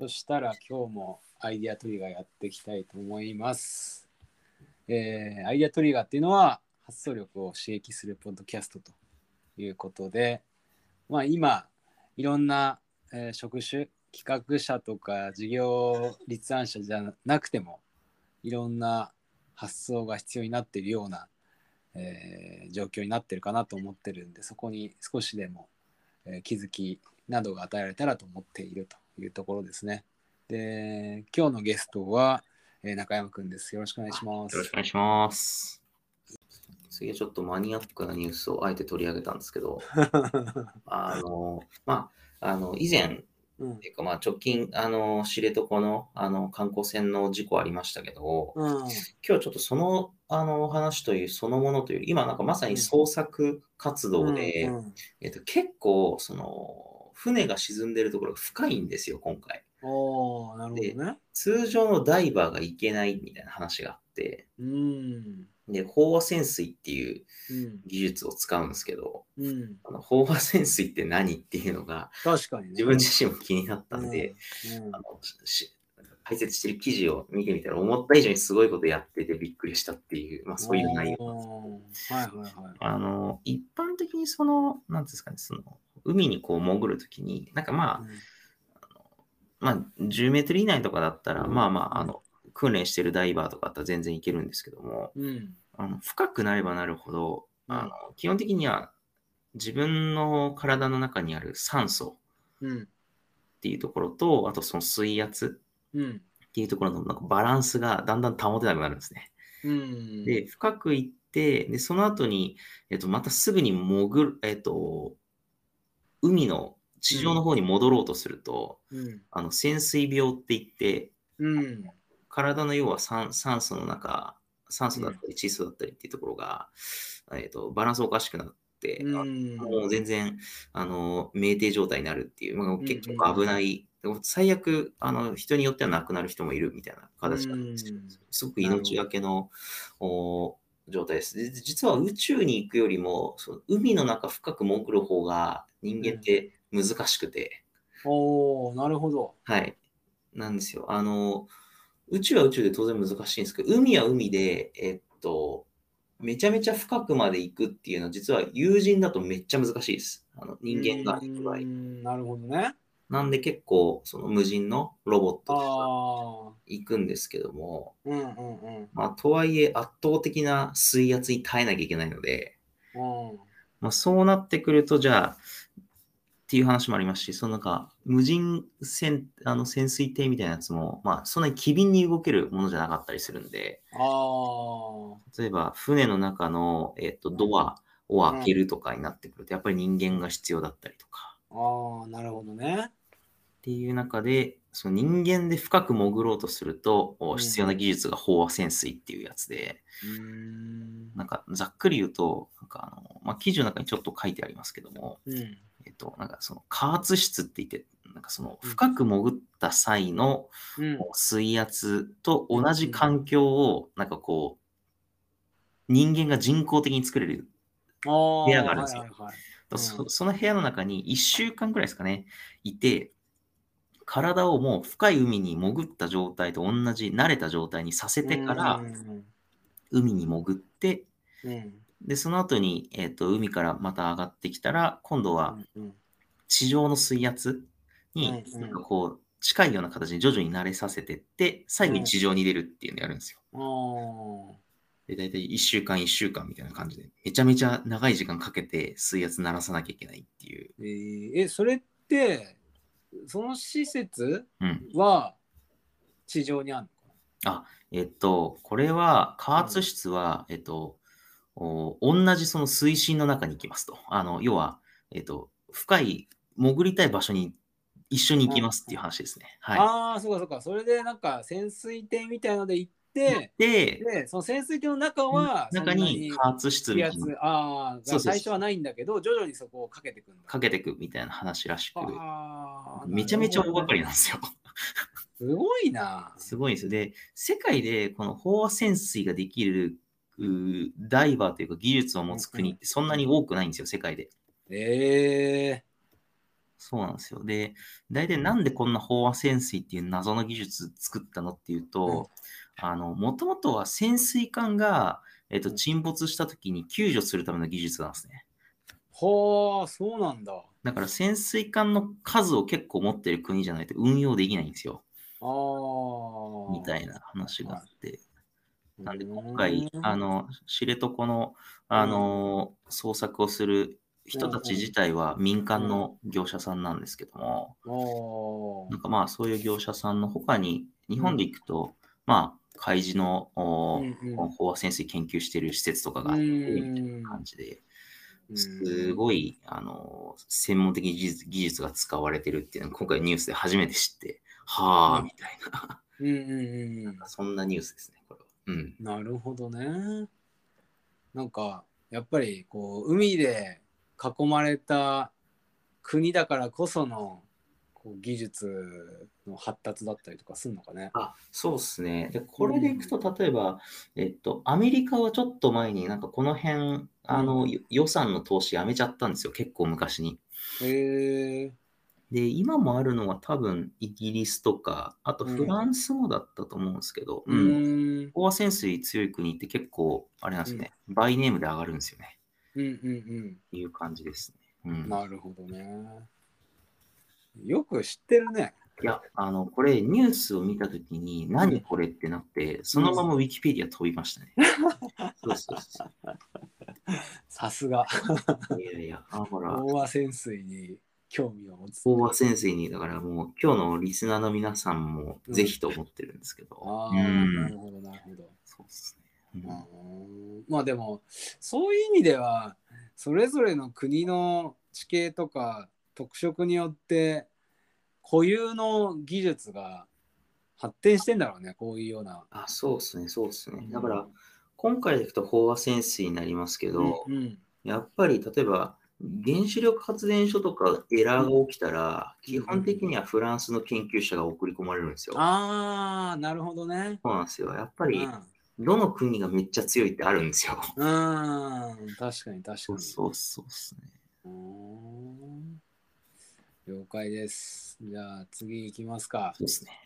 そしたら今日もアイデアトリガーやっていきたいと思います。えーアイデアトリガーっていうのは発想力を刺激するポッドキャストということで、まあ、今いろんな、えー職種企画者とか事業立案者じゃなくてもいろんな発想が必要になっているような、えー状況になってるかなと思ってるんでそこに少しでも、えー気づきなどが与えられたらと思っているというところですね。で今日のゲストは、えー中山くんです。よろしくお願いします。よろしくお願いします。次はちょっとマニアックなニュースをあえて取り上げたんですけ ど、あの、まあ、あの、以前、うんていうかまあ直近、あの、知床のあの観光船の事故ありましたけど、うん今日はちょっとその、あの、お話というそのものというより、今なんかまさに捜索活動で、うんうんえっと、結構、その、船が沈んでるところが深いんですよ、今回。おーなるほどね。通常のダイバーが行けないみたいな話があって、うん。で、飽和潜水っていう、うん。技術を使うんですけど、うん。あの飽和潜水って何っていうのが確かにね。自分自身も気になったんで、うん、あのし解説してる記事を見てみたら思った以上にすごいことやっててびっくりしたっていう、まあ、そういう内容。容。はいはいはい。あの一般的にその何ですかねその海にこう潜るときになんかまあ、まあ、10メートル以内とかだったらまあまああの訓練してるダイバーとかだったら全然いけるんですけどもうん。あの深くなればなるほどうんあの基本的には自分の体の中にある酸素うん。っていうところと、あとその水圧うん。っていうところのなんかバランスがだんだん保てなくなるんですね。うん。で、深く行って、で、その後に、えっと、またすぐに潜る、えっと、海の地上の方に戻ろうとすると、うん。あの、潜水病って言って、うん。体の要は酸酸素の中、酸素だったり窒素だったりっていうところが、えっと、バランスおかしくなって、あのうん。もう全然、あの、酩酊状態になるっていう、まあ、ん結構危ない、でも最悪、あの、人によっては亡くなる人もいるみたいな形なんですようんすごく命がけのお状態です。で実は宇宙に行くよりも、その海の中深く潜る方が人間って難しくて、おおなるほど。はい、なんですよ。あの、宇宙は宇宙で当然難しいんですけど、海は海で、えっと、めちゃめちゃ深くまで行くっていうのは、実は友人だとめっちゃ難しいです。あの人間が行く場合う。んなるほどね。なんで結構、その無人のロボットでああ。行くんですけども、うんうんうん。まあ、とはいえ圧倒的な水圧に耐えなきゃいけないので、うん。まあ、そうなってくると、じゃあ、っていう話もありますし、そのなんか、無人潜あの潜水艇みたいなやつも、まあ、そんなに機敏に動けるものじゃなかったりするんで、ああ。例えば、船の中の、えっとドアを開けるとかになってくると、やっぱり人間が必要だったりとか、ああ、なるほどね。っていう中で、その人間で深く潜ろうとすると、うん必要な技術が飽和潜水っていうやつで、うん。なんかざっくり言うと、なんかあのまあ、記事の中にちょっと書いてありますけども、うん。えっと、なんかその加圧室って言って、なんかそのうん深く潜った際のうん。水圧と同じ環境を、なんかこう、人間が人工的に作れる。ああ。部屋があるんですよはいはいはいうんそその部屋の中に1週間くらいですかね、いて、体をもう深い海に潜った状態と同じ慣れた状態にさせてからうんうん海に潜って、うん。で、その後に、えっと海からまた上がってきたら、今度はうん地上の水圧にうんうんなんかこう近いような形に徐々に慣れさせてって最後に地上に出るっていうのをやるんですよ。うん。ああ。で大体1週間1週間みたいな感じでめちゃめちゃ長い時間かけて水圧鳴らさなきゃいけないっていう。えーえそれってその施設うん、は地上にあるえっとこれは加圧室は、えっとお同じその水深の中に行きますと。あの要は、えっと、深い潜りたい場所に一緒に行きますっていう話ですね。の、はああそうかそうかそれでなんか潜水艇みたいので行っいて、、で、でその潜水艇の中はそんな中に加圧室み水たいなの圧あーそうそうそがう最初はないんだけど徐々にそこをかけてくんだかけてくみたいな話らしく、あーめちゃめちゃ大掛かりななんですよ。るほどねすごいなすごいんですよ。で、世界でこの飽和潜水ができるうーダイバーというか技術を持つ国ってそんなに多くないんですよ、世界で。えそうなんですよ。で、大体なんでこんな飽和潜水っていう謎の技術作ったのっていうと、あの、もともとは潜水艦が、えっと、うん沈没した時に救助するための技術なんですね。はあ、そうなんだ。あだから潜水艦の数を結構持ってる国じゃないと運用できないんですよ。あ。みたいな話があって。ななんで今回、あの、知床の、あの、捜索をする人たち自体は民間の業者さんなんですけども、のなんかまあそういう業者さんの他に日本で行くと、まあ海事のおー飽和潜水研究してる施設とかがあってみたいな感じで、すごいあのー専門的技術技術が使われてるっていうのを今回ニュースで初めて知って、はあうんみたいな、うんうんうん。そんなニュースですね、これは。うん。なるほどね。なんかやっぱりこう海で囲まれた国だからこそのこう技術の発達だったりとかするのかね。あそうですね。で、これでいくと、例えば、えっと、アメリカはちょっと前になんかこの辺、あの、よ予算の投資やめちゃったんですよ、結構昔に。へえ。で、今もあるのは多分イギリスとか、あとうんフランスもだったと思うんですけど、ううんん。飽和潜水強い国って結構、あれなんですね、バイネームで上がるんですよね。うんうんいう感じですね。ううん。ん、なるほどね。よく知ってるね。いや、あの、これ、ニュースを見たときに、何これってなって、そのままウィキペディア飛びました ね。そうそうそさすが。う。いやいや、あほら飽、和潜水に興味を持つ。飽和潜水に、だからもう、今日のリスナーの皆さんも、ぜひと思ってるんですけどあ。あ、う、なんるほどなるほど。そうですね。うんうんまあでもそういう意味ではそれぞれの国の地形とか特色によって固有の技術が発展してんだろうねこういうような。あ、そうですね、そうですねう。んだから、今回でいくと飽和潜水になりますけど、うんやっぱり例えば、原子力発電所とかエラーが起きたら、基本的にはフランスの研究者が送り込まれるんですよ。ああなるほどね。そうなんですよ。やっぱうりん、、どの国がめっちゃ強いってあるんですよ。うん、確かに確かに。そうそうそうですね。うーん了解です。じゃあ次行きますか。そうですね。